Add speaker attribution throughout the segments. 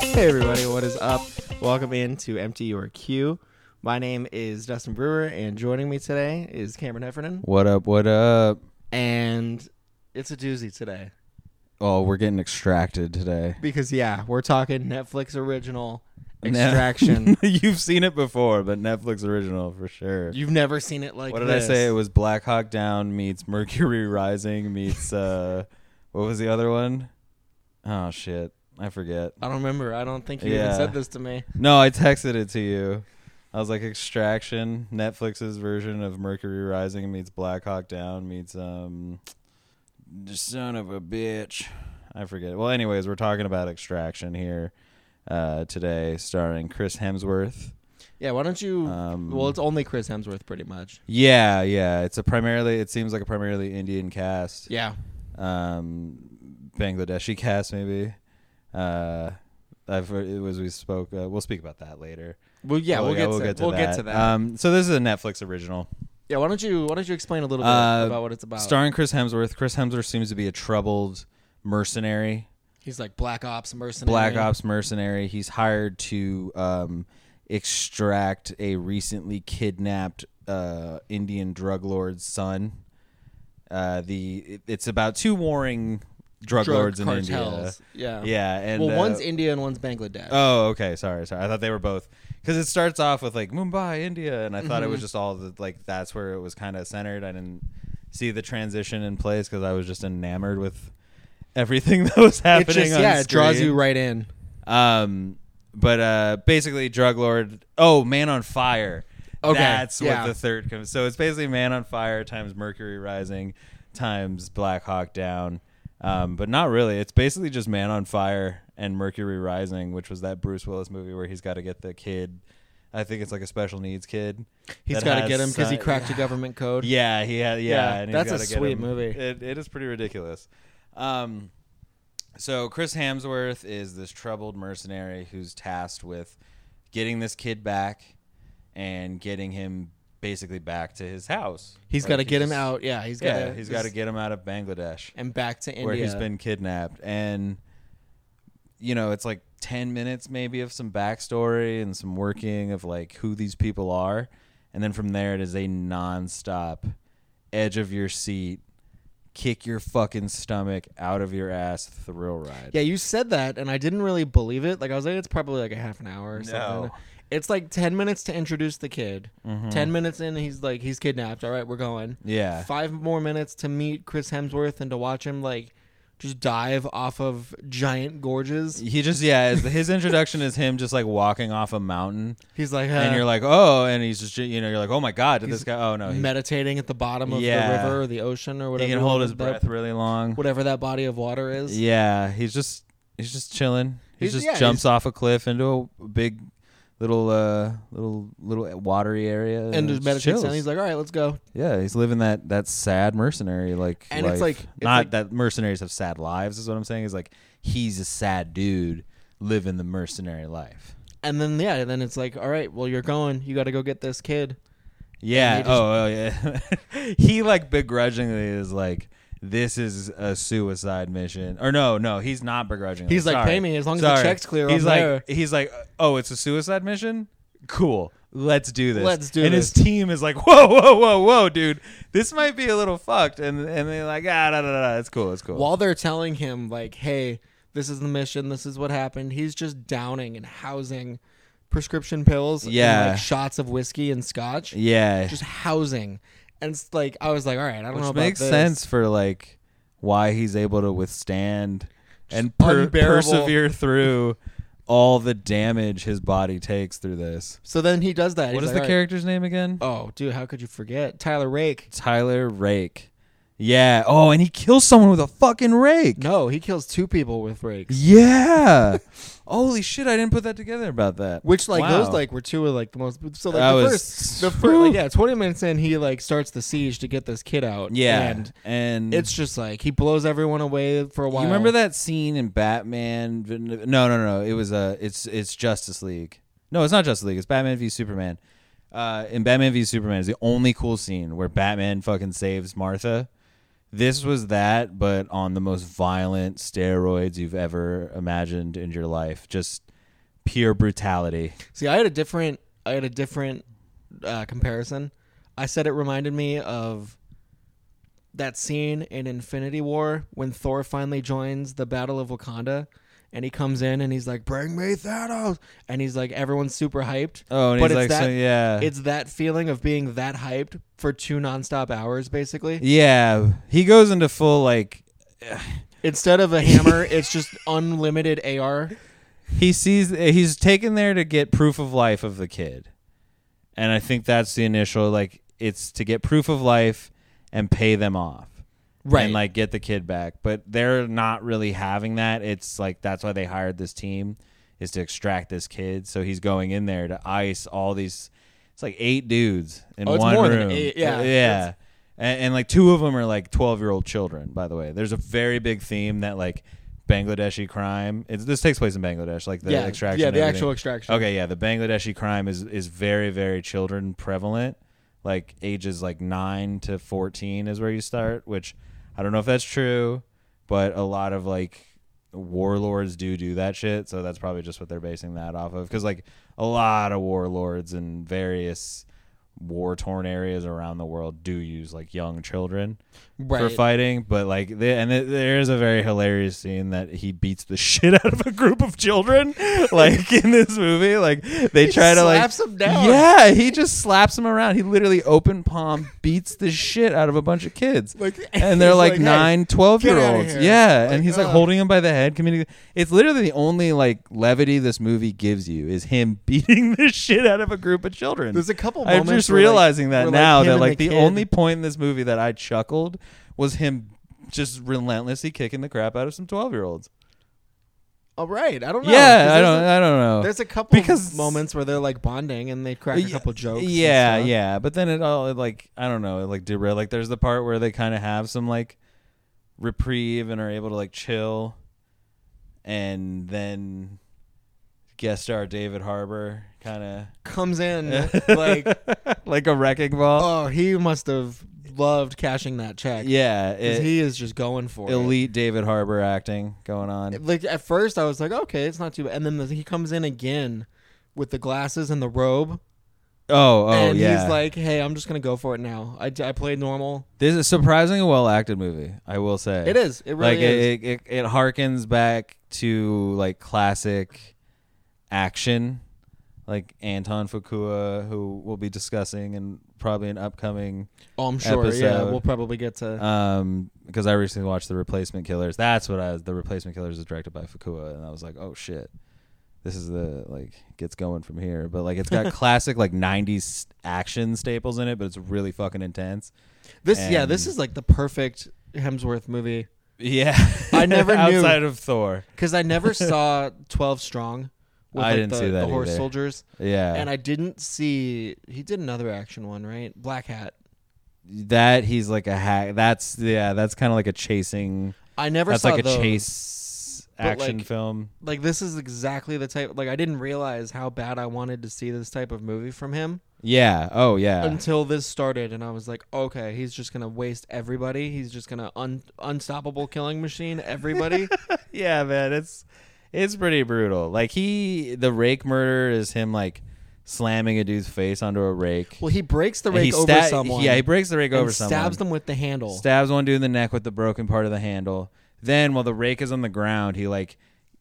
Speaker 1: Hey everybody, what is up? Welcome in to Empty Your Queue. My name is Dustin Brewer, and joining me today is Cameron Heffernan.
Speaker 2: What up? What up?
Speaker 1: And it's a doozy today
Speaker 2: Oh, we're getting extracted today.
Speaker 1: because yeah, we're talking Netflix original Extraction.
Speaker 2: You've seen it before, but Netflix original for sure.
Speaker 1: You've never seen it like
Speaker 2: what did
Speaker 1: this.
Speaker 2: I say? It was Black Hawk Down meets Mercury Rising meets uh, what was the other one? Oh shit, I forget.
Speaker 1: I don't remember. I don't think you even
Speaker 2: Yeah.
Speaker 1: said this to me.
Speaker 2: No, I texted it to you. I was like Extraction, Netflix's version of Mercury Rising meets Black Hawk Down meets um son of a bitch. I forget. Well, anyways, we're talking about Extraction here uh today starring Chris Hemsworth.
Speaker 1: Yeah, why don't you?
Speaker 2: Um,
Speaker 1: well, it's only Chris Hemsworth, pretty much.
Speaker 2: Yeah, yeah. It's a primarily it seems like a primarily Indian cast.
Speaker 1: Yeah,
Speaker 2: Um Bangladeshi cast maybe. Uh I've it was we spoke uh, we'll speak about that later.
Speaker 1: well, yeah, we'll, get, to, we'll get to that.
Speaker 2: Um, so this is a Netflix original,
Speaker 1: yeah, why don't you? Why don't you explain a little bit
Speaker 2: Uh,
Speaker 1: about what it's about?
Speaker 2: starring Chris Hemsworth. Chris Hemsworth seems to be a troubled mercenary,
Speaker 1: He's like Black Ops mercenary.
Speaker 2: Black Ops mercenary. He's hired to um, extract a recently kidnapped uh, Indian drug lord's son. Uh, the it- it's about two warring drug,
Speaker 1: drug
Speaker 2: lords in India.
Speaker 1: cartels. Yeah,
Speaker 2: Yeah, and
Speaker 1: well,
Speaker 2: uh,
Speaker 1: one's India and one's Bangladesh.
Speaker 2: Oh, okay. Sorry, sorry. I thought they were both because it starts off with like Mumbai, India, and I thought it
Speaker 1: Mm-hmm.
Speaker 2: was just all the, like that's where it was kind of centered. I didn't see the transition in place because I was just enamored with everything that was
Speaker 1: it
Speaker 2: happening.
Speaker 1: just
Speaker 2: on
Speaker 1: yeah, it draws
Speaker 2: screen.
Speaker 1: you right in.
Speaker 2: Um, but uh, basically, drug lord. Oh, man on fire.
Speaker 1: Okay,
Speaker 2: that's
Speaker 1: yeah.
Speaker 2: what the third comes. So it's basically man on fire times Mercury rising times Black Hawk down. Um, but not really. It's basically just man on fire and Mercury rising, which was that Bruce Willis movie where he's got to get the kid. I think it's like a special needs kid.
Speaker 1: He's
Speaker 2: that
Speaker 1: got to
Speaker 2: has
Speaker 1: get him because he
Speaker 2: si-
Speaker 1: cracked a government code.
Speaker 2: yeah, he had. Yeah,
Speaker 1: Yeah,
Speaker 2: and he's
Speaker 1: that's a
Speaker 2: gotta get
Speaker 1: sweet
Speaker 2: him-
Speaker 1: movie.
Speaker 2: It, it is pretty ridiculous. Um, so Chris Hamsworth is this troubled mercenary who's tasked with getting this kid back and getting him basically back to his house.
Speaker 1: He's
Speaker 2: Like,
Speaker 1: got to
Speaker 2: he
Speaker 1: get him
Speaker 2: just-
Speaker 1: out. Yeah, he's got
Speaker 2: Yeah,
Speaker 1: to.
Speaker 2: he's got to get him out of Bangladesh
Speaker 1: and back to India.
Speaker 2: where he's been kidnapped and you know it's like 10 minutes maybe of some backstory and some working of like who these people are and then from there it is a nonstop edge of your seat kick your fucking stomach out of your ass thrill ride
Speaker 1: Yeah, you said that, and I didn't really believe it. Like I was like, it's probably like a half an hour or something.
Speaker 2: No.
Speaker 1: It's like ten minutes to introduce the kid. Ten minutes in, he's like, he's kidnapped. All right, we're going.
Speaker 2: Mm-hmm. yeah
Speaker 1: Five more minutes to meet Chris Hemsworth and to watch him like just dive off of giant gorges.
Speaker 2: he just yeah his- his introduction is him just like walking off a mountain
Speaker 1: He's like, uh,
Speaker 2: and you're like oh and he's just you know you're like oh my god did
Speaker 1: He's
Speaker 2: this guy oh no he,
Speaker 1: meditating at the bottom of
Speaker 2: Yeah.
Speaker 1: the river or the ocean or whatever.
Speaker 2: he can hold his
Speaker 1: that-
Speaker 2: breath really long
Speaker 1: whatever that body of water is.
Speaker 2: Yeah, he's just he's just chilling. He
Speaker 1: He's-
Speaker 2: just
Speaker 1: yeah,
Speaker 2: jumps off a cliff into a big little uh little little watery area
Speaker 1: And just meditates and he's like, all right, let's go.
Speaker 2: yeah, he's living that that sad mercenary like
Speaker 1: And it's
Speaker 2: life.
Speaker 1: like- it's
Speaker 2: not
Speaker 1: like-
Speaker 2: that mercenaries have sad lives is what I'm saying. Is like he's a sad dude living the mercenary life.
Speaker 1: And then yeah, and then it's like, all right, well you're going. You got to go get this kid.
Speaker 2: Yeah.
Speaker 1: And he just-
Speaker 2: oh, oh, yeah. he like begrudgingly is like, this is a suicide mission. Or no, no, he's not begrudgingly.
Speaker 1: He's like,
Speaker 2: Sorry.
Speaker 1: "Pay me, as long as the
Speaker 2: Sorry.
Speaker 1: check's clear,
Speaker 2: He's
Speaker 1: I'm
Speaker 2: like,
Speaker 1: there."
Speaker 2: he's like, oh, it's a suicide mission. Cool. Let's do this.
Speaker 1: Let's do
Speaker 2: And
Speaker 1: this.
Speaker 2: his team is like, whoa, whoa, whoa, whoa, dude, this might be a little fucked. And and they're like, ah, da, da, da, da. it's cool, it's cool.
Speaker 1: While they're telling him like, hey, this is the mission. This is what happened. He's just downing and housing prescription pills. and,
Speaker 2: Yeah.
Speaker 1: like shots of whiskey and scotch.
Speaker 2: yeah,
Speaker 1: Just housing. And it's like I was like, all right, I don't know
Speaker 2: which
Speaker 1: about
Speaker 2: makes
Speaker 1: this.
Speaker 2: sense for like why he's able to withstand and
Speaker 1: Just
Speaker 2: per-
Speaker 1: unbearable.
Speaker 2: persevere through all the damage his body takes through this.
Speaker 1: So then he does that.
Speaker 2: What
Speaker 1: He's like,
Speaker 2: is the
Speaker 1: "All right."
Speaker 2: character's name again?
Speaker 1: Oh, dude, how could you forget Tyler Rake?
Speaker 2: Tyler Rake. Yeah. Oh, and he kills someone with a fucking rake.
Speaker 1: No, he kills two people with rakes.
Speaker 2: Yeah. Holy shit! I didn't put that together about that.
Speaker 1: Which like those
Speaker 2: Wow.
Speaker 1: like were two of like the most so like
Speaker 2: That
Speaker 1: the
Speaker 2: was-
Speaker 1: first the first like yeah twenty minutes in he like starts the siege to get this kid out
Speaker 2: yeah,
Speaker 1: and
Speaker 2: and, and
Speaker 1: it's just like he blows everyone away for a while
Speaker 2: You remember that scene in Batman? v- No, no, no. It was uh, it's it's Justice League. No, it's not Justice League. It's Batman v Superman. Uh, in Batman v Superman is the only cool scene where Batman fucking saves Martha. This was that, but on the most violent steroids you've ever imagined in your life. Just pure brutality.
Speaker 1: See, I had a different I had a different uh, comparison. I said it reminded me of that scene in Infinity War when Thor finally joins the Battle of Wakanda and he comes in and he's like, "Bring me Thanos." And he's like everyone's super hyped.
Speaker 2: Oh, and
Speaker 1: But
Speaker 2: he's like,
Speaker 1: it's
Speaker 2: so,
Speaker 1: that-
Speaker 2: yeah,
Speaker 1: It's that feeling of being that hyped for two nonstop hours basically.
Speaker 2: yeah. He goes into full like
Speaker 1: Instead of a hammer, it's just unlimited AR.
Speaker 2: he sees he's taken there to get proof of life of the kid, and I think that's the initial like it's to get proof of life and pay them off.
Speaker 1: Right.
Speaker 2: and like get the kid back. But they're not really having that. It's like that's why they hired this team is to extract this kid. So he's going in there to ice all these. It's like eight dudes in
Speaker 1: Oh,
Speaker 2: one
Speaker 1: it's more
Speaker 2: room.
Speaker 1: than eight, yeah.
Speaker 2: Uh, yeah. And, and like two of them are like twelve year old children. By the way, there's a very big theme that like Bangladeshi crime. It's, this takes place in Bangladesh, like the
Speaker 1: yeah.
Speaker 2: extraction.
Speaker 1: yeah,
Speaker 2: and
Speaker 1: the
Speaker 2: everything.
Speaker 1: actual extraction.
Speaker 2: Okay, yeah, the Bangladeshi crime is is very very children prevalent. Like ages like 9 to 14 is where you start, which I don't know if that's true, but a lot of like warlords do do that shit, so that's probably just what they're basing that off of cuz like a lot of warlords in various war torn areas around the world do use like young children for
Speaker 1: Right.
Speaker 2: fighting, but like, they, and it, there is a very hilarious scene that he beats the shit out of a group of children, like in this movie. Like they try to like
Speaker 1: slaps 'em down.
Speaker 2: Yeah, he just slaps them around. He literally open palm beats the shit out of a bunch of kids,
Speaker 1: Like-
Speaker 2: and they're
Speaker 1: he's
Speaker 2: like,
Speaker 1: like, "Hey,
Speaker 2: nine, twelve
Speaker 1: get
Speaker 2: year
Speaker 1: outta
Speaker 2: olds.
Speaker 1: here."
Speaker 2: Yeah,
Speaker 1: Like,
Speaker 2: and he's like
Speaker 1: ugh.
Speaker 2: holding him by the head. Committing it's literally the only like levity this movie gives you is him beating the shit out of a group of children.
Speaker 1: There's a couple
Speaker 2: I'm
Speaker 1: moments
Speaker 2: just
Speaker 1: where, like-
Speaker 2: realizing that
Speaker 1: where, like,
Speaker 2: now
Speaker 1: him
Speaker 2: that
Speaker 1: and
Speaker 2: like
Speaker 1: the
Speaker 2: the,
Speaker 1: kid-
Speaker 2: only point in this movie that I chuckled was him just relentlessly kicking the crap out of some 12 year olds.
Speaker 1: All Oh, right. I don't know. 'cause
Speaker 2: Yeah, I
Speaker 1: there's
Speaker 2: don't
Speaker 1: a-
Speaker 2: I don't know.
Speaker 1: There's a couple
Speaker 2: Because-
Speaker 1: because moments where they're like bonding and they crack a
Speaker 2: Yeah,
Speaker 1: couple jokes. and
Speaker 2: Yeah,
Speaker 1: stuff.
Speaker 2: yeah, but then it all it, like I don't know, it, like derail like there's the part where they kind of have some like reprieve and are able to like chill and then guest star David Harbour kind of
Speaker 1: Comes in like,
Speaker 2: like a wrecking ball.
Speaker 1: oh, he must have loved cashing that check.
Speaker 2: yeah,
Speaker 1: 'Cause
Speaker 2: it,
Speaker 1: he Oh, is just going for
Speaker 2: elite David Harbour acting going on.
Speaker 1: it. Like at first, I was like, okay, it's not too bad. And then he comes in again with the glasses and the robe.
Speaker 2: Oh, oh,
Speaker 1: and
Speaker 2: yeah.
Speaker 1: he's like, hey, I'm just gonna go for it now. I, I played normal.
Speaker 2: this is a surprisingly well acted movie. I will say
Speaker 1: It is. It really
Speaker 2: like
Speaker 1: is.
Speaker 2: It, it, it harkens back to like classic action, like Anton Fuqua, who we'll be discussing in probably an upcoming
Speaker 1: oh, I'm sure. Yeah,
Speaker 2: episode.
Speaker 1: we'll probably get to.
Speaker 2: um because I recently watched The Replacement Killers. That's what I the Replacement Killers is directed by Fukua and I was like, "Oh shit. This is the like gets going from here." But like it's got classic like 90s action staples in it, but it's really fucking intense.
Speaker 1: this, yeah, this
Speaker 2: and-
Speaker 1: is like the perfect Hemsworth movie
Speaker 2: Yeah.
Speaker 1: I never knew.
Speaker 2: outside of Thor.
Speaker 1: because I never saw Twelve Strong. With
Speaker 2: I
Speaker 1: like,
Speaker 2: didn't
Speaker 1: the,
Speaker 2: see that
Speaker 1: the horse
Speaker 2: either.
Speaker 1: soldiers.
Speaker 2: Yeah.
Speaker 1: And I didn't see he did another action one, right? Black Hat.
Speaker 2: that he's like a hack. That's yeah, that's kind of like a chasing
Speaker 1: I never
Speaker 2: That's
Speaker 1: saw
Speaker 2: like a
Speaker 1: those.
Speaker 2: chase
Speaker 1: But,
Speaker 2: action
Speaker 1: like,
Speaker 2: film.
Speaker 1: Like this is exactly the type like I didn't realize how bad I wanted to see this type of movie from him
Speaker 2: Yeah. Oh yeah.
Speaker 1: until this started and I was like, "Okay, he's just going to waste everybody. He's just going to un- unstoppable killing machine everybody."
Speaker 2: yeah, man, it's it's pretty brutal. Like he, the rake murder is him like slamming a dude's face onto a rake.
Speaker 1: well, he breaks the
Speaker 2: And he
Speaker 1: rake over
Speaker 2: sta-
Speaker 1: someone.
Speaker 2: Yeah, he breaks the rake
Speaker 1: and
Speaker 2: over someone.
Speaker 1: stabs them with the handle.
Speaker 2: Stabs one dude in the neck with the broken part of the handle. Then while the rake is on the ground, he like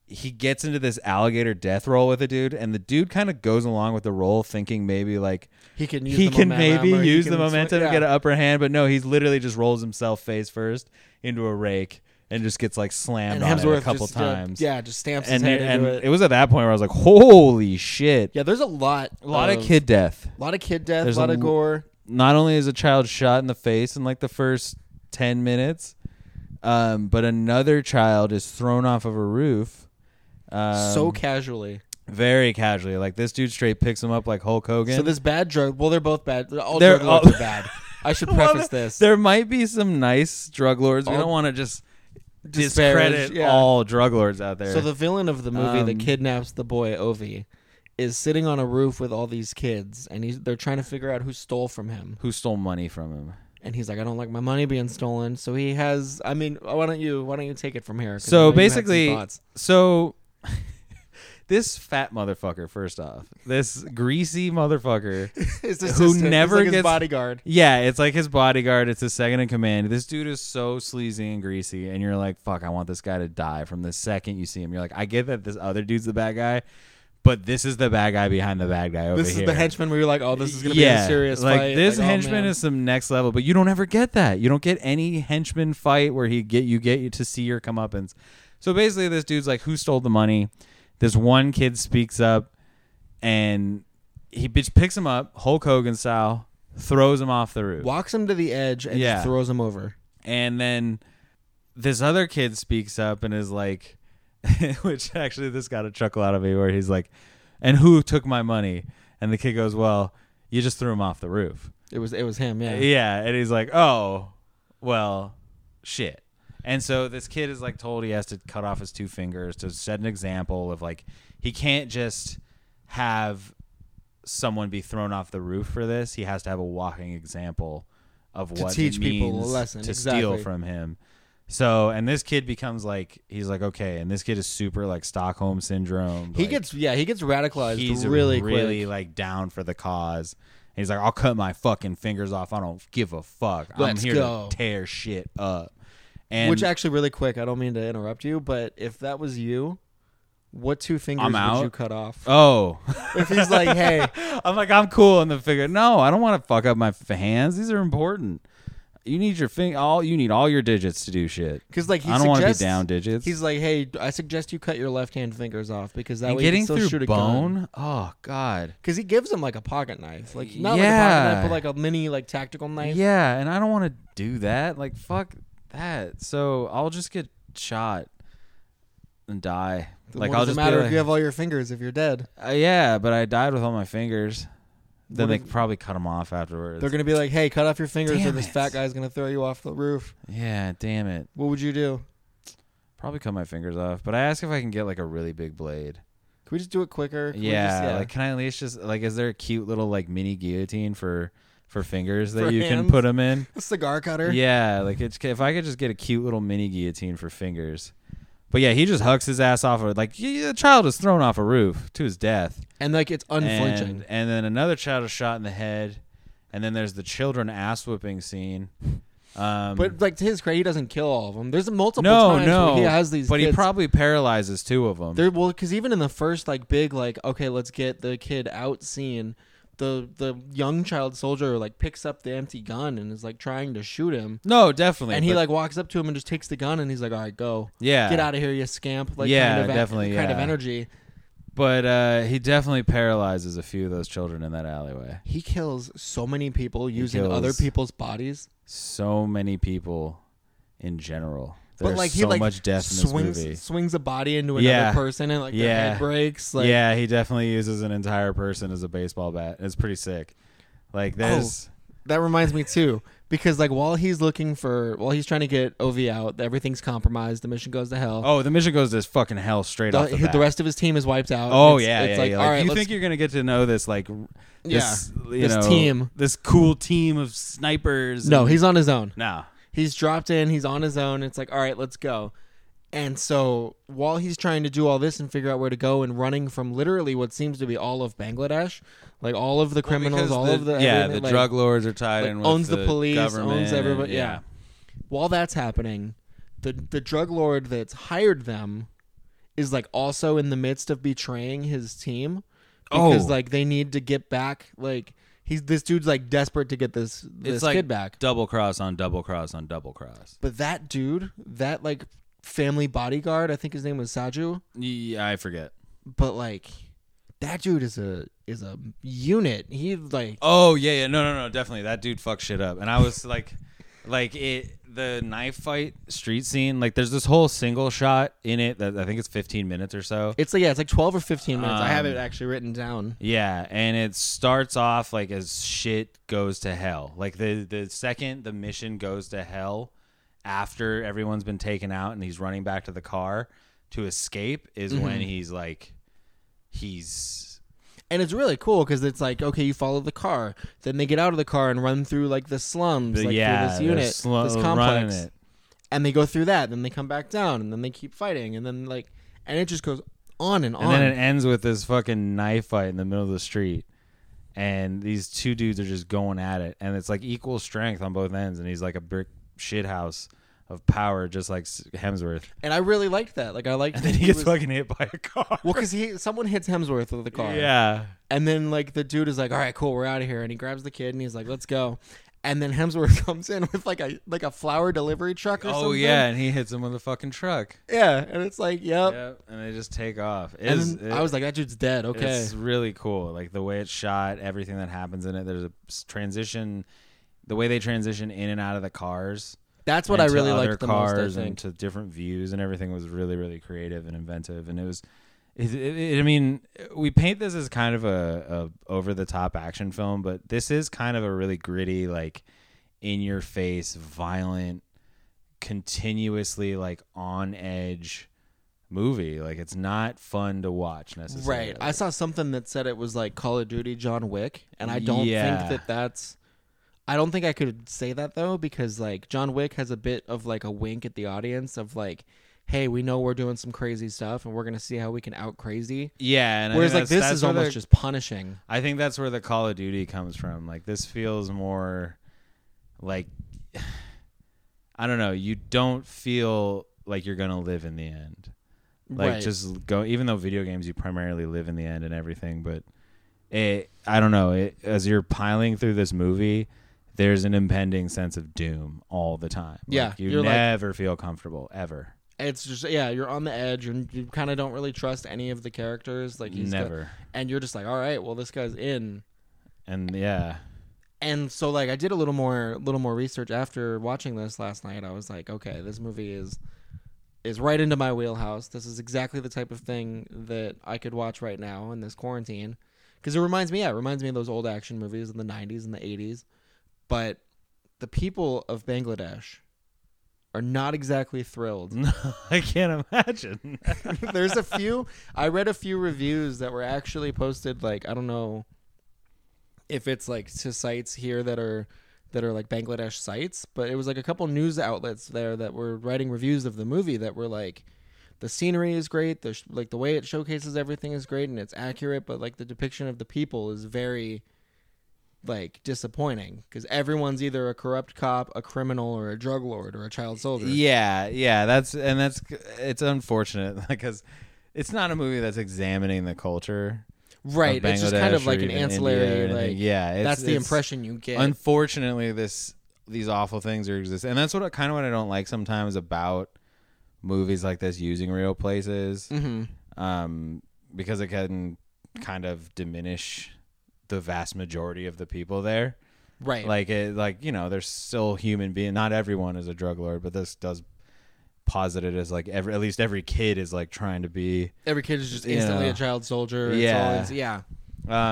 Speaker 2: he gets into this alligator death roll with a dude, and the dude kind of goes along with the roll, thinking maybe like
Speaker 1: he can use
Speaker 2: he
Speaker 1: the
Speaker 2: can
Speaker 1: momentum
Speaker 2: maybe
Speaker 1: or he
Speaker 2: use
Speaker 1: can
Speaker 2: the
Speaker 1: swi-
Speaker 2: momentum
Speaker 1: yeah.
Speaker 2: to get an upper hand, but no, he's literally just rolls himself face first into a rake and just gets like
Speaker 1: and
Speaker 2: slammed on
Speaker 1: Hemsworth
Speaker 2: it a couple
Speaker 1: just, uh,
Speaker 2: times.
Speaker 1: yeah, just stamps
Speaker 2: and,
Speaker 1: his head
Speaker 2: and
Speaker 1: into
Speaker 2: it.
Speaker 1: it.
Speaker 2: was at that point where I was like, holy shit.
Speaker 1: Yeah, there's a lot,
Speaker 2: A lot of kid death.
Speaker 1: a lot of kid death,
Speaker 2: There's
Speaker 1: a lot
Speaker 2: a
Speaker 1: of
Speaker 2: l-
Speaker 1: gore.
Speaker 2: Not only is a child shot in the face in like the first 10 minutes, um, but another child is thrown off of a roof. Um,
Speaker 1: so casually.
Speaker 2: very casually, like this dude straight picks him up like Hulk Hogan.
Speaker 1: So this bad drug. Well, they're both bad. All
Speaker 2: They're
Speaker 1: drug lords
Speaker 2: all-
Speaker 1: are bad. I should
Speaker 2: Well,
Speaker 1: preface this.
Speaker 2: There might be some nice drug lords. We
Speaker 1: All-
Speaker 2: don't want to just
Speaker 1: Disparage,
Speaker 2: discredit
Speaker 1: yeah.
Speaker 2: all drug lords out there.
Speaker 1: So the villain of the movie
Speaker 2: Um,
Speaker 1: that kidnaps the boy Ovi is sitting on a roof with all these kids, and he's they're trying to figure out who stole from him.
Speaker 2: who stole money from him?
Speaker 1: And he's like, "I don't like my money being stolen." So he has. I mean, why don't you? Why don't you take it from here? 'Cause I know
Speaker 2: So
Speaker 1: you had some
Speaker 2: basically,
Speaker 1: thoughts.
Speaker 2: so this fat motherfucker. First off, this greasy motherfucker.
Speaker 1: His
Speaker 2: Who
Speaker 1: assistant. He's
Speaker 2: never
Speaker 1: like his
Speaker 2: gets-
Speaker 1: bodyguard.
Speaker 2: Yeah, it's like his bodyguard. It's his second in command. This dude is so sleazy and greasy, and you're like, "Fuck, I want this guy to die." From the second you see him, you're like, "I get that this other dude's the bad guy, but this is the bad guy behind the bad guy over
Speaker 1: This
Speaker 2: here."
Speaker 1: is the henchman where you're like, oh, this is gonna be a serious
Speaker 2: like
Speaker 1: fight.
Speaker 2: this
Speaker 1: Like, oh,
Speaker 2: henchman
Speaker 1: man.
Speaker 2: is some next level, but you don't ever get that. You don't get any henchman fight where he get you get you to see your comeuppance. So basically, this dude's like, "Who stole the money?" This one kid speaks up, and he bitch picks him up, Hulk Hogan style, throws him off the roof,
Speaker 1: walks him to the edge and
Speaker 2: Yeah.
Speaker 1: just throws him over.
Speaker 2: and then this other kid speaks up and is like, which actually this got a chuckle out of me, where he's like, "And who took my money?" And the kid goes, "Well." You just threw him off the roof.
Speaker 1: It was it was him. Yeah.
Speaker 2: Yeah, and he's like, "Oh, well, shit." And so this kid is like told he has to cut off his two fingers to set an example of like he can't just have someone be thrown off the roof for this. He has to have a walking example of
Speaker 1: To
Speaker 2: what
Speaker 1: teach
Speaker 2: it
Speaker 1: people a
Speaker 2: means
Speaker 1: lesson,
Speaker 2: to steal
Speaker 1: exactly.
Speaker 2: from him. So, and this kid becomes like he's like okay, and this kid is super like Stockholm syndrome.
Speaker 1: He
Speaker 2: like,
Speaker 1: gets yeah he gets radicalized
Speaker 2: he's
Speaker 1: really
Speaker 2: really
Speaker 1: quick.
Speaker 2: like down for the cause. And he's like, I'll cut my fucking fingers off. I don't give a fuck. I'm
Speaker 1: Let's
Speaker 2: here
Speaker 1: go."
Speaker 2: to tear shit up. And
Speaker 1: Which actually really quick. I don't mean to interrupt you, but if that was you, what two fingers
Speaker 2: I'm
Speaker 1: would
Speaker 2: out.
Speaker 1: you cut off?
Speaker 2: oh,
Speaker 1: if he's like, hey,
Speaker 2: I'm like, I'm cool. And the figure, no, I don't want to fuck up my f- hands. These are important. You need your fing all you need all your digits to do shit.
Speaker 1: because like he
Speaker 2: I don't want to be
Speaker 1: suggests-
Speaker 2: down digits.
Speaker 1: He's like, hey, I suggest you cut your left hand fingers off because that
Speaker 2: and
Speaker 1: way
Speaker 2: getting
Speaker 1: you can still
Speaker 2: through
Speaker 1: shoot a
Speaker 2: bone. Oh god.
Speaker 1: Because he gives him like a pocket knife, like not like
Speaker 2: Yeah.
Speaker 1: a pocket knife, but like a mini like tactical knife.
Speaker 2: Yeah, and I don't want to do that. Like fuck that. So I'll just get shot and die.
Speaker 1: Then
Speaker 2: like
Speaker 1: what
Speaker 2: I'll
Speaker 1: does
Speaker 2: just
Speaker 1: it
Speaker 2: be
Speaker 1: matter
Speaker 2: like-
Speaker 1: if you have all your fingers if you're dead.
Speaker 2: Uh, yeah, but I died with all my fingers. Then
Speaker 1: What
Speaker 2: they
Speaker 1: if-
Speaker 2: probably cut them off afterwards.
Speaker 1: They're gonna be like, hey, cut off your fingers or
Speaker 2: Damn
Speaker 1: this
Speaker 2: it.
Speaker 1: fat guy's gonna throw you off the roof.
Speaker 2: yeah, damn it.
Speaker 1: What would you do?
Speaker 2: Probably cut my fingers off. But I asked if I can get like a really big blade.
Speaker 1: Can we just do it quicker? Can we
Speaker 2: yeah,
Speaker 1: just-
Speaker 2: like can I at least just like is there a cute little like mini guillotine for for fingers that
Speaker 1: For
Speaker 2: you can
Speaker 1: hands?
Speaker 2: put them in?
Speaker 1: a cigar cutter.
Speaker 2: Yeah, like it's if I could just get a cute little mini guillotine for fingers. But yeah, he just hucks his ass off of like yeah, the child is thrown off a roof to his death.
Speaker 1: and like it's unflinching.
Speaker 2: And, and then another child is shot in the head. And then there's the children ass whipping scene. Um,
Speaker 1: but like to his credit, he doesn't kill all of them. There's multiple
Speaker 2: no,
Speaker 1: times
Speaker 2: no,
Speaker 1: where he has these.
Speaker 2: But he
Speaker 1: kids-
Speaker 2: probably paralyzes two of them.
Speaker 1: There, well, because even in the first like big like okay, let's get the kid out scene, the the young child soldier like picks up the empty gun and is like trying to shoot him,
Speaker 2: No, definitely.
Speaker 1: and he
Speaker 2: but-
Speaker 1: like walks up to him and just takes the gun and he's like, all right, go,
Speaker 2: yeah,
Speaker 1: get out of here, you scamp. Like
Speaker 2: Yeah,
Speaker 1: kind of,
Speaker 2: definitely,
Speaker 1: kind of
Speaker 2: yeah.
Speaker 1: energy.
Speaker 2: But uh, he definitely paralyzes a few of those children in that alleyway.
Speaker 1: He kills so many people using other
Speaker 2: kills-
Speaker 1: people's bodies.
Speaker 2: So many people, in general.
Speaker 1: but
Speaker 2: There's
Speaker 1: like
Speaker 2: so
Speaker 1: he like
Speaker 2: much death in
Speaker 1: swings
Speaker 2: this movie.
Speaker 1: swings a body into another
Speaker 2: Yeah.
Speaker 1: person and like their
Speaker 2: Yeah.
Speaker 1: head breaks. Like,
Speaker 2: yeah, he definitely uses an entire person as a baseball bat. It's pretty sick.
Speaker 1: Oh.
Speaker 2: Like there's
Speaker 1: That reminds me too, because like while he's looking for, while he's trying to get Ov out, everything's compromised. The mission goes to hell.
Speaker 2: oh, the mission goes to this fucking hell straight off
Speaker 1: the,
Speaker 2: the,
Speaker 1: the
Speaker 2: bat.
Speaker 1: rest of his team is wiped out.
Speaker 2: Oh
Speaker 1: It's-
Speaker 2: yeah,
Speaker 1: it's
Speaker 2: yeah,
Speaker 1: like
Speaker 2: yeah.
Speaker 1: all
Speaker 2: Like,
Speaker 1: right,
Speaker 2: you
Speaker 1: let's-
Speaker 2: think you're gonna get to know this like r- this, yeah, you
Speaker 1: this
Speaker 2: know,
Speaker 1: team.
Speaker 2: this cool team of snipers?
Speaker 1: no,
Speaker 2: and-
Speaker 1: he's on his own.
Speaker 2: no.
Speaker 1: He's dropped in. He's on his own. It's like all right, let's go. And so while he's trying to do all this and figure out where to go and running from literally what seems to be all of Bangladesh, like all of the criminals, all of the
Speaker 2: yeah,
Speaker 1: everything,
Speaker 2: the
Speaker 1: like,
Speaker 2: drug lords are tied
Speaker 1: like,
Speaker 2: in with
Speaker 1: owns the, police,
Speaker 2: government
Speaker 1: owns
Speaker 2: and-
Speaker 1: everybody. yeah. While that's happening, the the drug lord that's hired them is like also in the midst of betraying his team because
Speaker 2: Oh.
Speaker 1: like they need to get back like he's this dude's like desperate to get this this
Speaker 2: it's like
Speaker 1: kid back.
Speaker 2: double cross on double cross on double cross.
Speaker 1: But that dude, that like family bodyguard, I think his name was Saju,
Speaker 2: Yeah, I forget.
Speaker 1: but like that dude is a is a unit. He like
Speaker 2: Oh yeah, yeah, no, no, no, definitely that dude fucked shit up. And I was like, like it, the knife fight street scene. Like, there's this whole single shot in it that I think it's 15 minutes or so.
Speaker 1: it's like yeah, it's like twelve or fifteen minutes. I have
Speaker 2: Um,
Speaker 1: it actually written down.
Speaker 2: Yeah, and it starts off like as shit goes to hell. Like the the second the mission goes to hell, after everyone's been taken out and he's running back to the car to escape, is
Speaker 1: Mm-hmm.
Speaker 2: when he's like, he's
Speaker 1: And it's really cool because it's like, okay, you follow the car, then they get out of the car and run through like the slums,
Speaker 2: the-
Speaker 1: like
Speaker 2: yeah,
Speaker 1: through this
Speaker 2: they're
Speaker 1: unit,
Speaker 2: slow
Speaker 1: this
Speaker 2: running
Speaker 1: complex,
Speaker 2: it.
Speaker 1: and they go through that, then they come back down, and then they keep fighting, and then like, and it just goes on and on.
Speaker 2: And then it ends with this fucking knife fight in the middle of the street. And these two dudes are just going at it. And it's like equal strength on both ends. And he's like a brick shithouse of power, just like S- Hemsworth.
Speaker 1: And I really liked that. Like I liked
Speaker 2: And
Speaker 1: that
Speaker 2: then he gets
Speaker 1: was-
Speaker 2: fucking hit by a car.
Speaker 1: well because he someone hits Hemsworth with the car.
Speaker 2: Yeah.
Speaker 1: And then like the dude is like, "All right, cool, we're out of here." And he grabs the kid and he's like, "Let's go." And then Hemsworth comes in with like a like a flower delivery truck or something.
Speaker 2: Oh, yeah. And he hits him with a fucking truck.
Speaker 1: Yeah, and it's like, "Yep."
Speaker 2: Yep. And they just take off. It
Speaker 1: And
Speaker 2: is-
Speaker 1: then
Speaker 2: it-
Speaker 1: I was like, "That dude's dead." Okay.
Speaker 2: It's really cool. Like the way it's shot, everything that happens in it. There's a s- transition, the way they transition in and out of the cars.
Speaker 1: That's what I
Speaker 2: and to
Speaker 1: really
Speaker 2: other
Speaker 1: liked the most,
Speaker 2: cars
Speaker 1: I think.
Speaker 2: and to different views and everything was really really creative and inventive and it was it, it, it- I mean we paint this as kind of a, a over the top action film but this is kind of a really gritty like in your face violent continuously like on edge movie like it's not fun to watch necessarily
Speaker 1: Right. I saw something that said it was like Call of Duty John Wick, and I don't think
Speaker 2: Yeah.
Speaker 1: that that's. I don't think I could say that though, because like John Wick has a bit of like a wink at the audience of like, hey, we know we're doing some crazy stuff, and we're gonna see how we can out crazy.
Speaker 2: yeah and I
Speaker 1: Whereas
Speaker 2: think
Speaker 1: like
Speaker 2: that's-
Speaker 1: this
Speaker 2: that's
Speaker 1: is
Speaker 2: where
Speaker 1: almost
Speaker 2: they're-
Speaker 1: just punishing.
Speaker 2: I think that's where the Call of Duty comes from. Like this feels more like I don't know, you don't feel like you're going to live in the end. Like
Speaker 1: Right.
Speaker 2: just go even though video games you primarily live in the end and everything, but it I don't know, it, as you're piling through this movie, there's an impending sense of doom all the time.
Speaker 1: Yeah,
Speaker 2: Like, you
Speaker 1: you're like-
Speaker 2: never feel comfortable ever.
Speaker 1: It's just yeah, you're on the edge, and you kind of don't really trust any of the characters. Like he's got-
Speaker 2: never.
Speaker 1: and you're just like, all right, well, this guy's in.
Speaker 2: and yeah.
Speaker 1: and so like I did a little more little more research after watching this last night. I was like, okay, this movie is is right into my wheelhouse. This is exactly the type of thing that I could watch right now in this quarantine because it reminds me, yeah, it reminds me of those old action movies in the '90s and the '80s. But the people of Bangladesh are not exactly thrilled.
Speaker 2: I can't imagine.
Speaker 1: There's a few. I read a few reviews that were actually posted. Like I don't know if it's like to sites here that are that are like Bangladesh sites, but it was like a couple news outlets there that were writing reviews of the movie that were like, the scenery is great. The sh- like the way it showcases everything is great and it's accurate, but like the depiction of the people is very like disappointing because everyone's either a corrupt cop, a criminal, or a drug lord, or a child soldier.
Speaker 2: Yeah, yeah, that's and that's it's unfortunate because it's not a movie that's examining the culture. of
Speaker 1: right. It's just kind
Speaker 2: Bangladesh
Speaker 1: of like
Speaker 2: or
Speaker 1: an
Speaker 2: even India or
Speaker 1: ancillary
Speaker 2: anything.
Speaker 1: like.
Speaker 2: yeah, it's-
Speaker 1: that's the
Speaker 2: it's-
Speaker 1: impression you get.
Speaker 2: Unfortunately, this these awful things are exist, and that's what kind of what I don't like sometimes about movies like this using real places,
Speaker 1: Mhm.
Speaker 2: um, because it can kind of diminish the vast majority of the people there.
Speaker 1: Right.
Speaker 2: like it like you know there's still human being not everyone is a drug lord but this does posit it as like every at least every kid is like trying to be
Speaker 1: every kid is just
Speaker 2: you
Speaker 1: instantly
Speaker 2: know.
Speaker 1: a child soldier. It's all-
Speaker 2: Yeah.
Speaker 1: it's- yeah.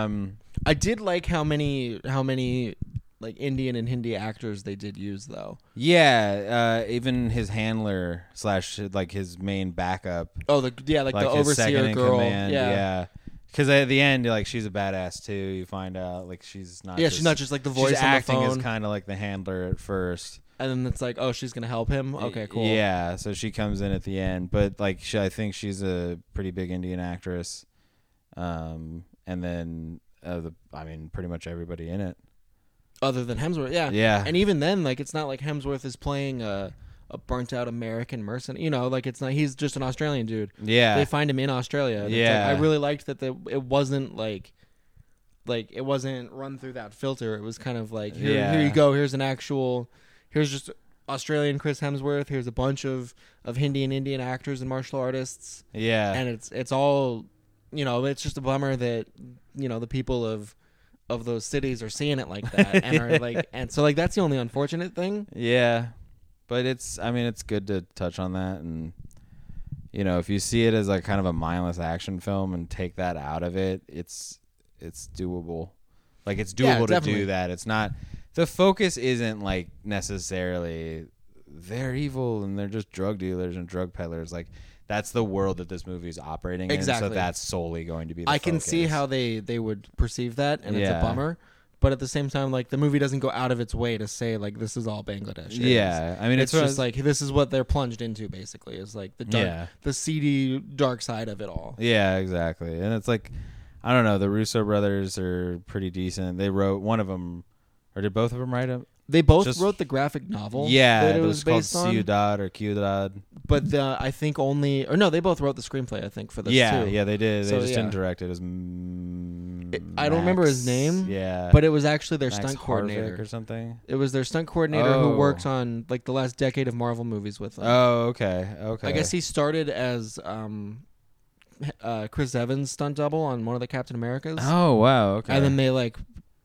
Speaker 2: um
Speaker 1: I did like how many how many like Indian and Hindi actors they did use though.
Speaker 2: yeah uh even his handler slash like his main backup
Speaker 1: Oh, the yeah, like,
Speaker 2: like
Speaker 1: the
Speaker 2: his second
Speaker 1: overseer
Speaker 2: in
Speaker 1: girl.
Speaker 2: command
Speaker 1: yeah. yeah.
Speaker 2: yeah because at the end like she's a badass too you find out like she's not just,
Speaker 1: she's not just like the voice
Speaker 2: she's
Speaker 1: on
Speaker 2: acting
Speaker 1: the
Speaker 2: as
Speaker 1: phone,
Speaker 2: kind of like the handler at first
Speaker 1: and then it's like, oh, she's gonna help him. Okay, cool.
Speaker 2: Yeah, so she comes in at the end, but like she, I think she's a pretty big Indian actress. Um, and then uh, the I mean, pretty much everybody in it.
Speaker 1: Other than Hemsworth, yeah.
Speaker 2: Yeah,
Speaker 1: Uh, And even then, like, it's not like Hemsworth is playing a a burnt out American mercenary. You know, like it's not. He's just an Australian dude.
Speaker 2: yeah,
Speaker 1: they find him in Australia. and it's
Speaker 2: Yeah.
Speaker 1: like, I really liked that the it wasn't like like it wasn't run through that filter. It was kind of like here, here
Speaker 2: Yeah.
Speaker 1: you go. Here's an actual. Here's just Australian Chris Hemsworth. Here's a bunch of of Hindi and Indian actors and martial artists,
Speaker 2: yeah,
Speaker 1: and it's it's all you know. It's just a bummer that you know the people of of those cities are seeing it like that and are like and so like that's the only unfortunate thing.
Speaker 2: yeah. But it's I mean, it's good to touch on that, and you know, if you see it as like kind of a mindless action film and take that out of it, it's it's doable. Like it's
Speaker 1: Yeah,
Speaker 2: doable to
Speaker 1: definitely.
Speaker 2: do that. It's not the focus isn't like necessarily they're evil and they're just drug dealers and drug peddlers. Like that's the world that this movie is operating in.
Speaker 1: Exactly.
Speaker 2: So that's solely going to be. The
Speaker 1: I can see
Speaker 2: focus.
Speaker 1: how they they would perceive that, and it's
Speaker 2: Yeah.
Speaker 1: a bummer. But at the same time, like the movie doesn't go out of its way to say like this is all Bangladesh. is.
Speaker 2: yeah, I mean,
Speaker 1: it's,
Speaker 2: it's,
Speaker 1: just like this is what they're plunged into. Basically, is like the dark,
Speaker 2: yeah,
Speaker 1: the seedy dark side of it all.
Speaker 2: yeah, exactly. And it's like, I don't know, the Russo brothers are pretty decent. They wrote one of them, or did both of them write it?
Speaker 1: They both
Speaker 2: Just-
Speaker 1: wrote the graphic novel.
Speaker 2: Yeah,
Speaker 1: that
Speaker 2: it was, called
Speaker 1: based on, Oh,
Speaker 2: Ciudad or Ciudad.
Speaker 1: but the, I think only or no, they both wrote the screenplay. I think for this
Speaker 2: Yeah,
Speaker 1: too.
Speaker 2: yeah, they did. They
Speaker 1: So,
Speaker 2: just
Speaker 1: yeah.
Speaker 2: didn't direct it. It was M-
Speaker 1: It- I don't remember his
Speaker 2: Max-
Speaker 1: name,
Speaker 2: Yeah,
Speaker 1: But it was actually their
Speaker 2: Max
Speaker 1: stunt
Speaker 2: Harvick
Speaker 1: coordinator.
Speaker 2: or something.
Speaker 1: It was their stunt coordinator
Speaker 2: Oh.
Speaker 1: who worked on like the last decade of Marvel movies with them.
Speaker 2: Oh, okay, okay.
Speaker 1: I guess he started as um, uh, Chris Evans' stunt double on one of the Captain Americas,
Speaker 2: Oh wow, okay.
Speaker 1: and then they like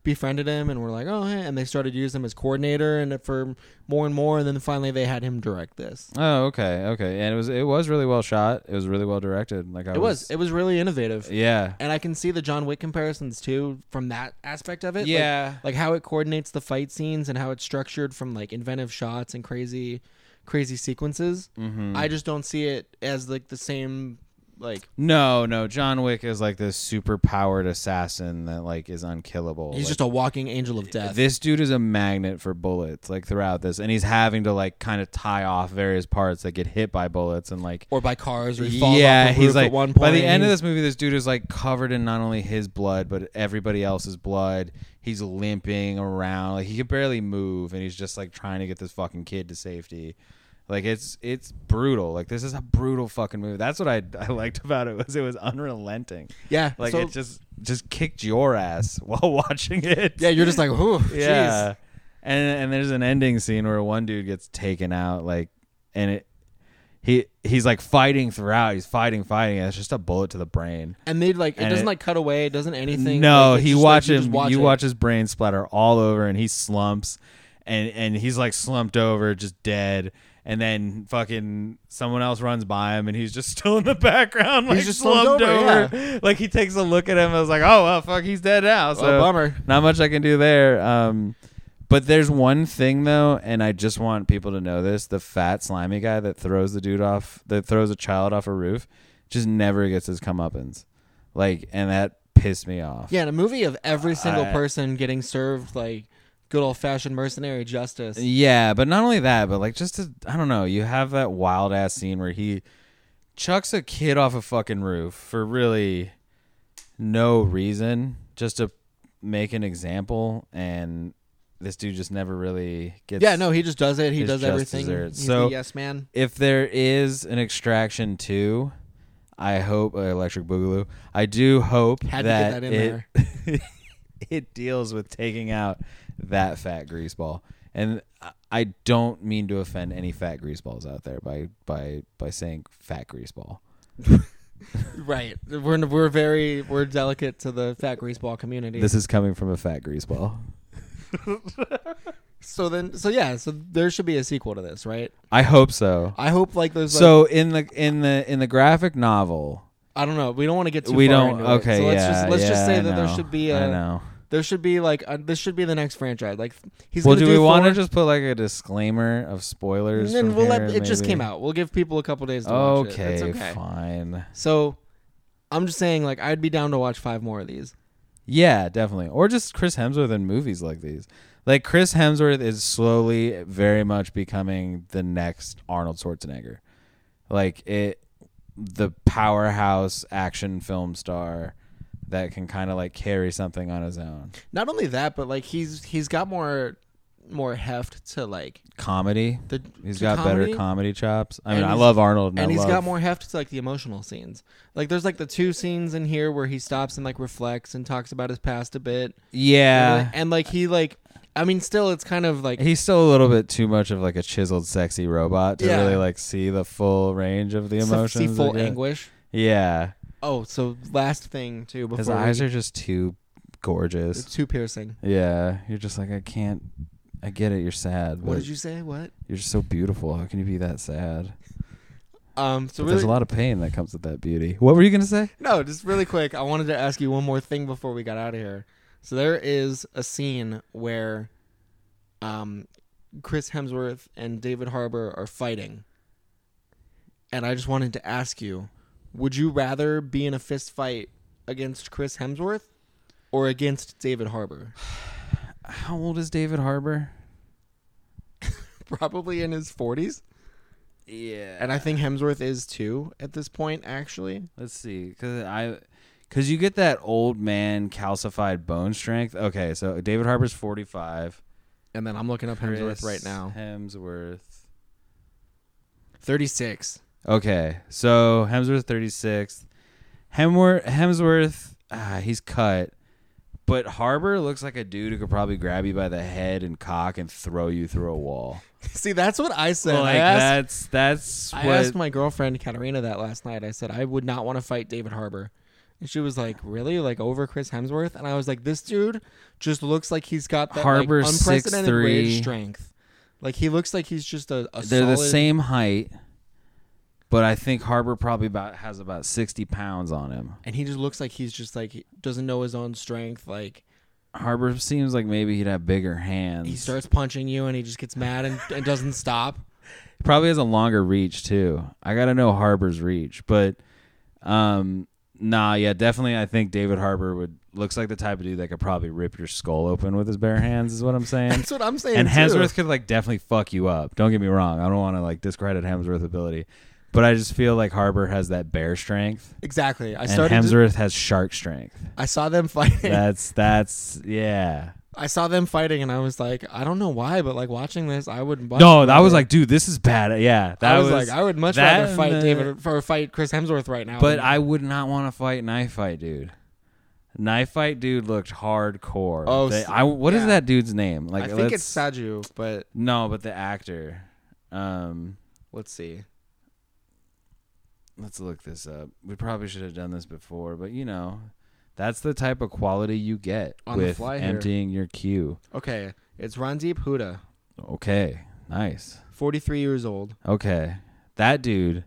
Speaker 1: befriended him and were like, "Oh," hey, and they started to use him as coordinator and for more and more, and then finally they had him direct this.
Speaker 2: Oh, okay, okay. And it was it was really well shot. It was really well directed. Like I
Speaker 1: It was it was really innovative,
Speaker 2: yeah,
Speaker 1: and I can see the John Wick comparisons too from that aspect of it. Like,
Speaker 2: yeah.
Speaker 1: like how it coordinates the fight scenes and how it's structured from like inventive shots and crazy crazy sequences
Speaker 2: mm-hmm.
Speaker 1: i just don't see it as like the same like
Speaker 2: no, no. John Wick is like this super powered assassin that like is unkillable.
Speaker 1: he's
Speaker 2: Like,
Speaker 1: just a walking angel of death
Speaker 2: This dude is a magnet for bullets, like throughout this, and he's having to like kind of tie off various parts that get hit by bullets, and like
Speaker 1: or by cars or he falls
Speaker 2: yeah,
Speaker 1: off the
Speaker 2: he's
Speaker 1: roof
Speaker 2: like
Speaker 1: at one point
Speaker 2: by the end of this movie, this dude is like covered in not only his blood but everybody else's blood. He's limping around, like he could barely move, and he's just like trying to get this fucking kid to safety. Like it's it's brutal. Like this is a brutal fucking movie. That's what I I liked about it was it was unrelenting.
Speaker 1: yeah
Speaker 2: Like
Speaker 1: so-
Speaker 2: it just just kicked your ass while watching it.
Speaker 1: yeah you're just like whoo
Speaker 2: Yeah. And and there's an ending scene where one dude gets taken out, like, and it he he's like fighting throughout. He's fighting, fighting. And it's just a bullet to the brain.
Speaker 1: and they like it
Speaker 2: And
Speaker 1: doesn't
Speaker 2: it-
Speaker 1: like cut away it doesn't anything
Speaker 2: no,
Speaker 1: like, it's
Speaker 2: he
Speaker 1: just,
Speaker 2: watch
Speaker 1: like, you
Speaker 2: him.
Speaker 1: just
Speaker 2: you
Speaker 1: it.
Speaker 2: watch his brain splatter all over, and he slumps, and and he's like slumped over, just dead. And then fucking someone else runs by him, and he's just still in the background, like
Speaker 1: He's just slumped
Speaker 2: slumped
Speaker 1: over,
Speaker 2: over. Like he takes a look at him, and was like, "Oh well, fuck, he's dead now."
Speaker 1: oh,
Speaker 2: So
Speaker 1: bummer
Speaker 2: not much I can do there. Um, but there's one thing though, and I just want people to know this: the fat slimy guy that throws the dude off, that throws a child off a roof, just never gets his comeuppance. Like, and that pissed me off.
Speaker 1: yeah in a movie of every single
Speaker 2: I-
Speaker 1: person getting served like good old-fashioned mercenary justice
Speaker 2: Yeah, but not only that, but like just to, I don't know, you have that wild ass scene where he chucks a kid off a fucking roof for really no reason, just to make an example, and this dude just never really gets.
Speaker 1: yeah, no, he just does it. He
Speaker 2: his
Speaker 1: does
Speaker 2: just
Speaker 1: everything.
Speaker 2: desserts.
Speaker 1: He's
Speaker 2: So-
Speaker 1: the yes man.
Speaker 2: If there is an extraction two, I hope uh, Electric Boogaloo. I do hope
Speaker 1: Had to
Speaker 2: that
Speaker 1: get that in
Speaker 2: it
Speaker 1: there.
Speaker 2: it deals with taking out that fat greaseball. And I- I don't mean to offend any fat greaseballs out there by by by saying fat greaseball.
Speaker 1: Right. We're we're very we're delicate to the fat greaseball community.
Speaker 2: This is coming from a fat greaseball.
Speaker 1: so then so yeah, so there should be a sequel to this, right?
Speaker 2: I hope so.
Speaker 1: I hope like there's like
Speaker 2: So in the in the in the graphic novel,
Speaker 1: I don't know. We don't want to get too
Speaker 2: we
Speaker 1: far
Speaker 2: don't.
Speaker 1: into it.
Speaker 2: Okay,
Speaker 1: So let's
Speaker 2: yeah,
Speaker 1: just let's just
Speaker 2: yeah,
Speaker 1: say
Speaker 2: I
Speaker 1: that there
Speaker 2: know,
Speaker 1: should be
Speaker 2: I
Speaker 1: a
Speaker 2: know.
Speaker 1: there should be like a, this should be the next franchise. Like he's
Speaker 2: Well,
Speaker 1: gonna
Speaker 2: do we want to
Speaker 1: Thor,
Speaker 2: just put like a disclaimer of
Speaker 1: and
Speaker 2: spoilers?
Speaker 1: then
Speaker 2: from
Speaker 1: we'll let it
Speaker 2: here,
Speaker 1: just
Speaker 2: maybe?
Speaker 1: came out. We'll give people a couple days to watch it.
Speaker 2: Okay,
Speaker 1: That's okay.
Speaker 2: fine.
Speaker 1: So I'm just saying like I'd be down to watch five more of these.
Speaker 2: Yeah, definitely. Or just Chris Hemsworth in movies like these. Like Chris Hemsworth is slowly very much becoming the next Arnold Schwarzenegger. Like it the powerhouse action film star that can kind of like carry something on his own.
Speaker 1: Not only that, but like he's he's got more more heft to like
Speaker 2: Comedy.
Speaker 1: the
Speaker 2: He's
Speaker 1: to
Speaker 2: got
Speaker 1: comedy.
Speaker 2: better comedy chops. I mean,
Speaker 1: And
Speaker 2: I
Speaker 1: he's-
Speaker 2: love Arnold and,
Speaker 1: and
Speaker 2: I
Speaker 1: he's
Speaker 2: love,
Speaker 1: got more heft to like the emotional scenes. Like there's like the two scenes in here where he stops and like reflects and talks about his past a bit.
Speaker 2: Yeah.
Speaker 1: and, like- and, like he like I mean still it's kind of like
Speaker 2: He's still a little bit too much of like a chiseled sexy robot to
Speaker 1: Yeah.
Speaker 2: really like see the full range of the emotions. I
Speaker 1: full
Speaker 2: guess.
Speaker 1: anguish.
Speaker 2: Yeah.
Speaker 1: Oh, so last thing too before
Speaker 2: His eyes
Speaker 1: we,
Speaker 2: are just too gorgeous.
Speaker 1: it's too piercing.
Speaker 2: yeah, you're just like I can't. I get it. You're sad.
Speaker 1: What
Speaker 2: but
Speaker 1: did you say? What?
Speaker 2: You're just so beautiful. How can you be that sad?
Speaker 1: Um so
Speaker 2: But
Speaker 1: really
Speaker 2: There's a lot of pain that comes with that beauty. What were you gonna say?
Speaker 1: No, just really quick. I wanted to ask you one more thing before we got out of here. So there is a scene where um Chris Hemsworth and David Harbour are fighting. And I just wanted to ask you, would you rather be in a fist fight against Chris Hemsworth or against David Harbour?
Speaker 2: how old is David Harbour?
Speaker 1: Probably in his 40s.
Speaker 2: Yeah.
Speaker 1: And I think Hemsworth is too at this point, actually.
Speaker 2: Let's see, cause I, cause you get that old man calcified bone strength. Okay, so David Harbour's forty five.
Speaker 1: And then I'm looking up Hemsworth right now.
Speaker 2: Hemsworth.
Speaker 1: 36.
Speaker 2: Okay, so Hemsworth thirty sixth. Hemsworth, Hemsworth, ah, he's cut, but Harbor looks like a dude who could probably grab you by the head and cock and throw you through a wall.
Speaker 1: See, that's what I said. I
Speaker 2: like
Speaker 1: asked,
Speaker 2: that's that's
Speaker 1: I
Speaker 2: what
Speaker 1: asked my girlfriend Katerina that last night. I said I would not want to fight David Harbour. And she was like, "Really? Like over Chris Hemsworth?" And I was like, "This dude just looks like he's got that like,
Speaker 2: Harbour
Speaker 1: unprecedented rage
Speaker 2: 6'3".
Speaker 1: strength. Like he looks like he's just a, a
Speaker 2: they're the
Speaker 1: solid-
Speaker 2: same height, but I think Harbor probably about has about sixty pounds on him.
Speaker 1: and he just looks like he's just like he doesn't know his own strength. Like
Speaker 2: Harbor seems like maybe he'd have bigger hands.
Speaker 1: he starts punching you and he just gets mad and, and doesn't stop.
Speaker 2: probably has a longer reach too. I gotta know Harbor's reach, but um, nah, yeah, definitely. I think David Harbor would looks like the type of dude that could probably rip your skull open with his bare hands. Is what I'm saying.
Speaker 1: That's what I'm saying.
Speaker 2: and
Speaker 1: too.
Speaker 2: Hemsworth could like definitely fuck you up. Don't get me wrong. I don't want to like discredit Hemsworth's ability, but I just feel like Harbor has that bear strength,
Speaker 1: exactly. I
Speaker 2: and
Speaker 1: started. to-
Speaker 2: Hemsworth has shark strength.
Speaker 1: I saw them fighting.
Speaker 2: That's that's yeah.
Speaker 1: I saw them fighting, and I was like, I don't know why, but like watching this, I would. Much
Speaker 2: No, I
Speaker 1: rather-
Speaker 2: was like, dude, this is bad. Yeah, that
Speaker 1: I was, like, I would much
Speaker 2: that
Speaker 1: rather fight
Speaker 2: and the-
Speaker 1: David or fight Chris Hemsworth right now.
Speaker 2: But I would not want to fight knife fight dude. Knife fight dude looked hardcore.
Speaker 1: Oh,
Speaker 2: They-
Speaker 1: s-
Speaker 2: I what is
Speaker 1: yeah.
Speaker 2: that dude's name? Like
Speaker 1: I think it's
Speaker 2: let's-
Speaker 1: Saju, but
Speaker 2: no, but the actor. Um,
Speaker 1: let's see.
Speaker 2: let's look this up. We probably should have done this before, but you know, that's the type of quality you get
Speaker 1: On the
Speaker 2: with
Speaker 1: fly here.
Speaker 2: emptying your queue.
Speaker 1: Okay, it's Randeep Huda,
Speaker 2: Okay, nice.
Speaker 1: 43 years old.
Speaker 2: Okay, that dude,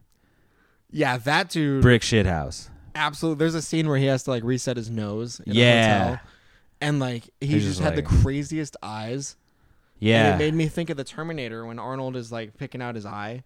Speaker 1: Yeah, that dude.
Speaker 2: brick shit house.
Speaker 1: absolutely. There's a scene where he has to like reset his nose. In A
Speaker 2: Yeah.
Speaker 1: hotel, and like he
Speaker 2: He's
Speaker 1: just,
Speaker 2: just
Speaker 1: had the
Speaker 2: like-
Speaker 1: craziest eyes. And
Speaker 2: Yeah,
Speaker 1: it made me think of the Terminator when Arnold is like picking out his eye.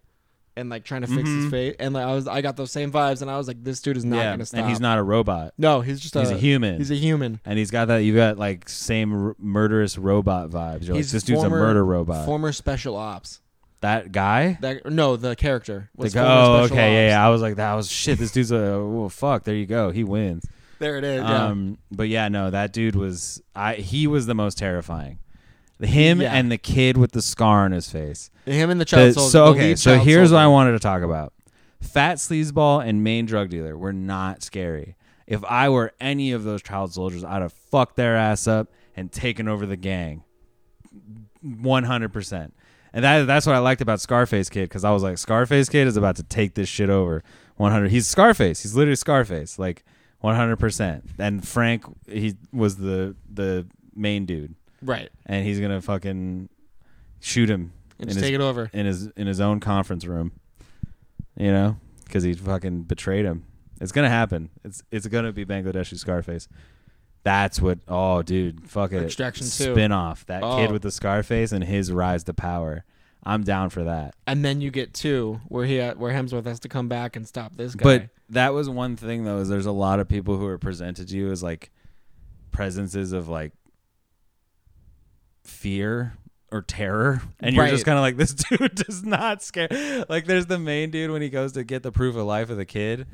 Speaker 1: And like trying to fix his face, and like, I was, I got those same vibes, and I was like, "This dude is not
Speaker 2: Mm-hmm. yeah,
Speaker 1: gonna stop."
Speaker 2: and he's not a robot.
Speaker 1: No, he's just
Speaker 2: He's a human.
Speaker 1: He's a human.
Speaker 2: and he's got that you got like same r- murderous robot vibes. You're like,
Speaker 1: He's
Speaker 2: this dude's a
Speaker 1: former-
Speaker 2: murder robot.
Speaker 1: Former special ops.
Speaker 2: that guy.
Speaker 1: That no, the character
Speaker 2: The
Speaker 1: was
Speaker 2: guy
Speaker 1: former
Speaker 2: oh,
Speaker 1: special
Speaker 2: okay, yeah,
Speaker 1: ops.
Speaker 2: yeah. I was like, that was shit. This dude's a well, fuck. There you go. He wins.
Speaker 1: There it is. Yeah.
Speaker 2: Um, but yeah, no, that dude was. I he was the most terrifying. Him
Speaker 1: Yeah.
Speaker 2: and the kid with the scar on his face.
Speaker 1: Him and the child
Speaker 2: The-
Speaker 1: soldier.
Speaker 2: so
Speaker 1: the
Speaker 2: okay,
Speaker 1: lead
Speaker 2: so
Speaker 1: child
Speaker 2: here's what I
Speaker 1: soldier.
Speaker 2: wanted to talk about: fat sleazeball and main drug dealer were not scary. If I were any of those child soldiers, I'd have fucked their ass up and taken over the gang, one hundred percent. And that, that's what I liked about Scarface Kid because I was like, Scarface Kid is about to take this shit over, one hundred. He's Scarface. He's literally Scarface, like one hundred percent. And Frank, he was the the main dude,
Speaker 1: right
Speaker 2: and he's gonna fucking shoot him
Speaker 1: and
Speaker 2: in
Speaker 1: just
Speaker 2: his
Speaker 1: take it over.
Speaker 2: in his in his own conference room. You know, because he fucking betrayed him. It's gonna happen. It's it's gonna be Bangladeshi Scarface. That's what. Oh, dude, fuck it.
Speaker 1: Extraction 2.
Speaker 2: spin off that kid
Speaker 1: Oh.
Speaker 2: with the Scarface and his rise to power. I'm down for that.
Speaker 1: And then you get two where he where Hemsworth has to come back and stop this guy.
Speaker 2: But that was one thing though. Is there's a lot of people who are presented to you as like presences of like fear or terror and you're
Speaker 1: Right.
Speaker 2: just kind of like this dude does not scare like there's the main dude when he goes to get the proof of life of the kid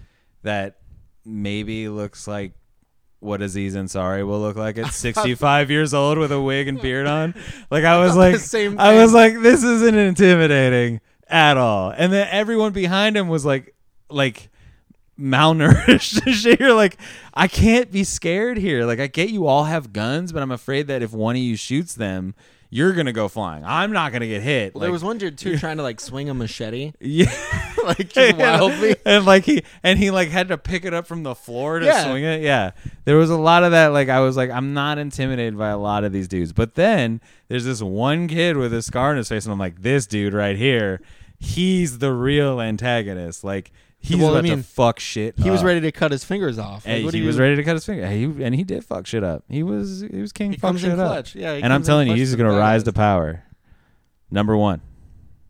Speaker 2: that maybe looks like what Aziz Ansari will look like at 65 years old with a wig and beard on. Like I was
Speaker 1: thought
Speaker 2: like
Speaker 1: the same
Speaker 2: I
Speaker 1: thing.
Speaker 2: was like this isn't intimidating at all. And then everyone behind him was like like malnourished and shit. You're like, I can't be scared here. Like, I get you all have guns, but I'm afraid that if one of you shoots them, you're gonna go flying. I'm not gonna get hit.
Speaker 1: well,
Speaker 2: like,
Speaker 1: there was one dude too trying to like swing a machete
Speaker 2: yeah,
Speaker 1: like just wildly.
Speaker 2: and like he and he like had to pick it up from the floor to
Speaker 1: Yeah.
Speaker 2: swing it. Yeah, there was a lot of that. Like, I was like, I'm not intimidated by a lot of these dudes. But then there's this one kid with a scar on his face, and I'm like, this dude right here, he's the real antagonist. Like. He's
Speaker 1: Well, I
Speaker 2: about to
Speaker 1: mean,
Speaker 2: fuck shit.
Speaker 1: He was
Speaker 2: up.
Speaker 1: ready to cut his fingers off. Like,
Speaker 2: Uh, Hey,
Speaker 1: what do
Speaker 2: he was
Speaker 1: you-
Speaker 2: ready to cut his finger. Hey, he, and he did fuck shit up. He was he was king
Speaker 1: He
Speaker 2: fuck
Speaker 1: comes in
Speaker 2: shit up.
Speaker 1: clutch. Yeah, he
Speaker 2: and I'm
Speaker 1: comes in
Speaker 2: telling you,
Speaker 1: clutch
Speaker 2: he's
Speaker 1: to
Speaker 2: gonna
Speaker 1: the
Speaker 2: rise to
Speaker 1: badass.
Speaker 2: power. Number one.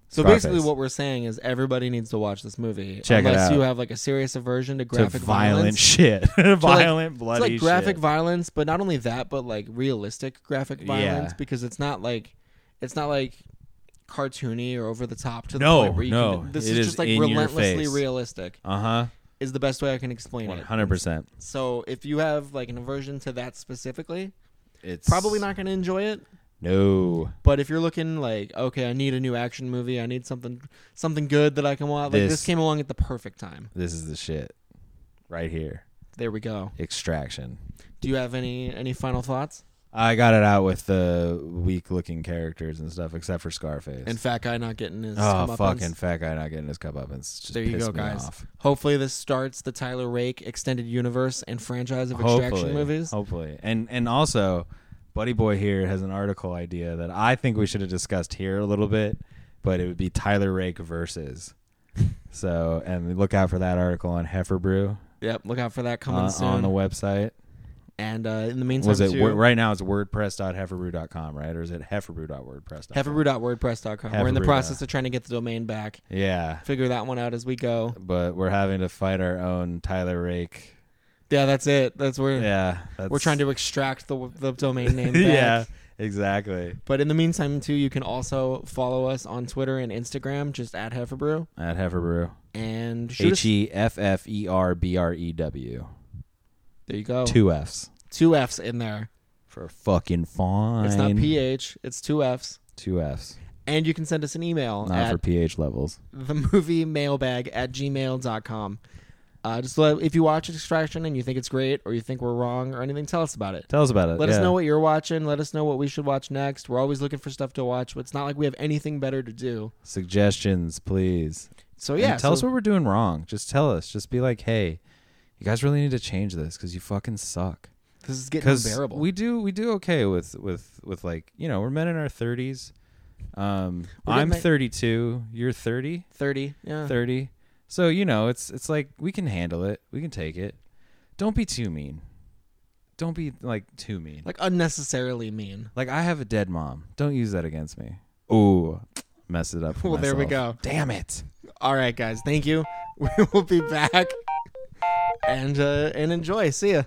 Speaker 1: So
Speaker 2: Scarface.
Speaker 1: basically, what we're saying is everybody needs to watch this movie,
Speaker 2: Check it
Speaker 1: unless
Speaker 2: out.
Speaker 1: you have like a serious aversion to
Speaker 2: to
Speaker 1: graphic
Speaker 2: violent
Speaker 1: violence.
Speaker 2: shit, violent
Speaker 1: It's
Speaker 2: bloody
Speaker 1: like graphic
Speaker 2: shit.
Speaker 1: violence, but not only that, but like realistic graphic violence
Speaker 2: Yeah.
Speaker 1: because it's not like it's not like cartoony or over the top to the
Speaker 2: No,
Speaker 1: point where you
Speaker 2: no,
Speaker 1: can, this
Speaker 2: it
Speaker 1: is
Speaker 2: is
Speaker 1: just like
Speaker 2: in your
Speaker 1: relentlessly
Speaker 2: face.
Speaker 1: realistic
Speaker 2: Uh huh.
Speaker 1: is the best way I can explain
Speaker 2: One
Speaker 1: it.
Speaker 2: hundred percent.
Speaker 1: So if you have like an aversion to that specifically,
Speaker 2: It's
Speaker 1: probably not going to enjoy it.
Speaker 2: No,
Speaker 1: But if you're looking like, okay, I need a new action movie, I need something something good that I can watch. Like this,
Speaker 2: This-
Speaker 1: came along at the perfect time.
Speaker 2: this is the shit, right here.
Speaker 1: There we go.
Speaker 2: Extraction.
Speaker 1: Do you have any any final thoughts?
Speaker 2: I got it out with the weak-looking characters and stuff, except for Scarface.
Speaker 1: And fat guy not getting his
Speaker 2: oh,
Speaker 1: comeuppance?
Speaker 2: fucking fat guy not getting his cup up and just
Speaker 1: There you
Speaker 2: pissed
Speaker 1: go,
Speaker 2: me
Speaker 1: guys.
Speaker 2: off.
Speaker 1: Hopefully this starts the Tyler Rake extended universe and franchise of extraction
Speaker 2: hopefully, Oh.
Speaker 1: movies.
Speaker 2: Hopefully, and and also, Buddy Boy here has an article idea that I think we should have discussed here a little bit, but it would be Tyler Rake versus. So and look out for that article on Heifer Brew
Speaker 1: Yep, look out for that coming
Speaker 2: Uh, on,
Speaker 1: soon.
Speaker 2: on the website.
Speaker 1: and uh, in the meantime,
Speaker 2: Was it
Speaker 1: too,
Speaker 2: wo- right now? It's WordPress.heiferbrew.com, right? Or is it heiferbrew.wordpress.com?
Speaker 1: heiferbrew.wordpress.com. We're in the
Speaker 2: Heiferbrew,
Speaker 1: process
Speaker 2: yeah.
Speaker 1: of trying to get the domain back.
Speaker 2: Yeah,
Speaker 1: Figure that one out as we go.
Speaker 2: but we're having to fight our own Tyler Rake.
Speaker 1: Yeah, that's it. That's where
Speaker 2: Yeah, that's,
Speaker 1: we're trying to extract the the domain name. Back.
Speaker 2: yeah, exactly.
Speaker 1: But in the meantime, too, you can also follow us on Twitter and Instagram, just at Heiferbrew.
Speaker 2: At Heiferbrew.
Speaker 1: And shoot us-
Speaker 2: H e f f e r b r e w.
Speaker 1: there you go.
Speaker 2: Two F's
Speaker 1: Two F's in there.
Speaker 2: for fucking fine.
Speaker 1: It's not PH, it's two F's.
Speaker 2: Two F's,
Speaker 1: And you can send us an email
Speaker 2: not for
Speaker 1: at
Speaker 2: pH levels.
Speaker 1: the movie mailbag at gmail.com. Uh, just let, if you watch Extraction and you think it's great or you think we're wrong or anything, tell us about it.
Speaker 2: Tell us about it.
Speaker 1: Let us
Speaker 2: Uh, yeah.
Speaker 1: know what you're watching. Let us know what we should watch next. We're always looking for stuff to watch. It's not like we have anything better to do.
Speaker 2: suggestions, please.
Speaker 1: So,
Speaker 2: And
Speaker 1: Oh, yeah.
Speaker 2: tell us
Speaker 1: so-
Speaker 2: what we're doing wrong. Just tell us. Just be like, hey, you guys really need to change this because you fucking suck.
Speaker 1: This is getting
Speaker 2: Because
Speaker 1: unbearable.
Speaker 2: we do we do okay with with with like you know we're men in our thirties. Um,
Speaker 1: We're getting
Speaker 2: I'm
Speaker 1: like-
Speaker 2: 32. You're 30.
Speaker 1: 30. Yeah.
Speaker 2: 30. So, you know, it's it's like we can handle it. We can take it. Don't be too mean. Don't be like too mean. Like,
Speaker 1: Like unnecessarily mean.
Speaker 2: I have a dead mom. Don't use that against me. Ooh, messed it up. for
Speaker 1: Well, there we
Speaker 2: myself.
Speaker 1: go.
Speaker 2: Damn it.
Speaker 1: All right, guys. Thank you. We will be back and uh, and enjoy. See ya.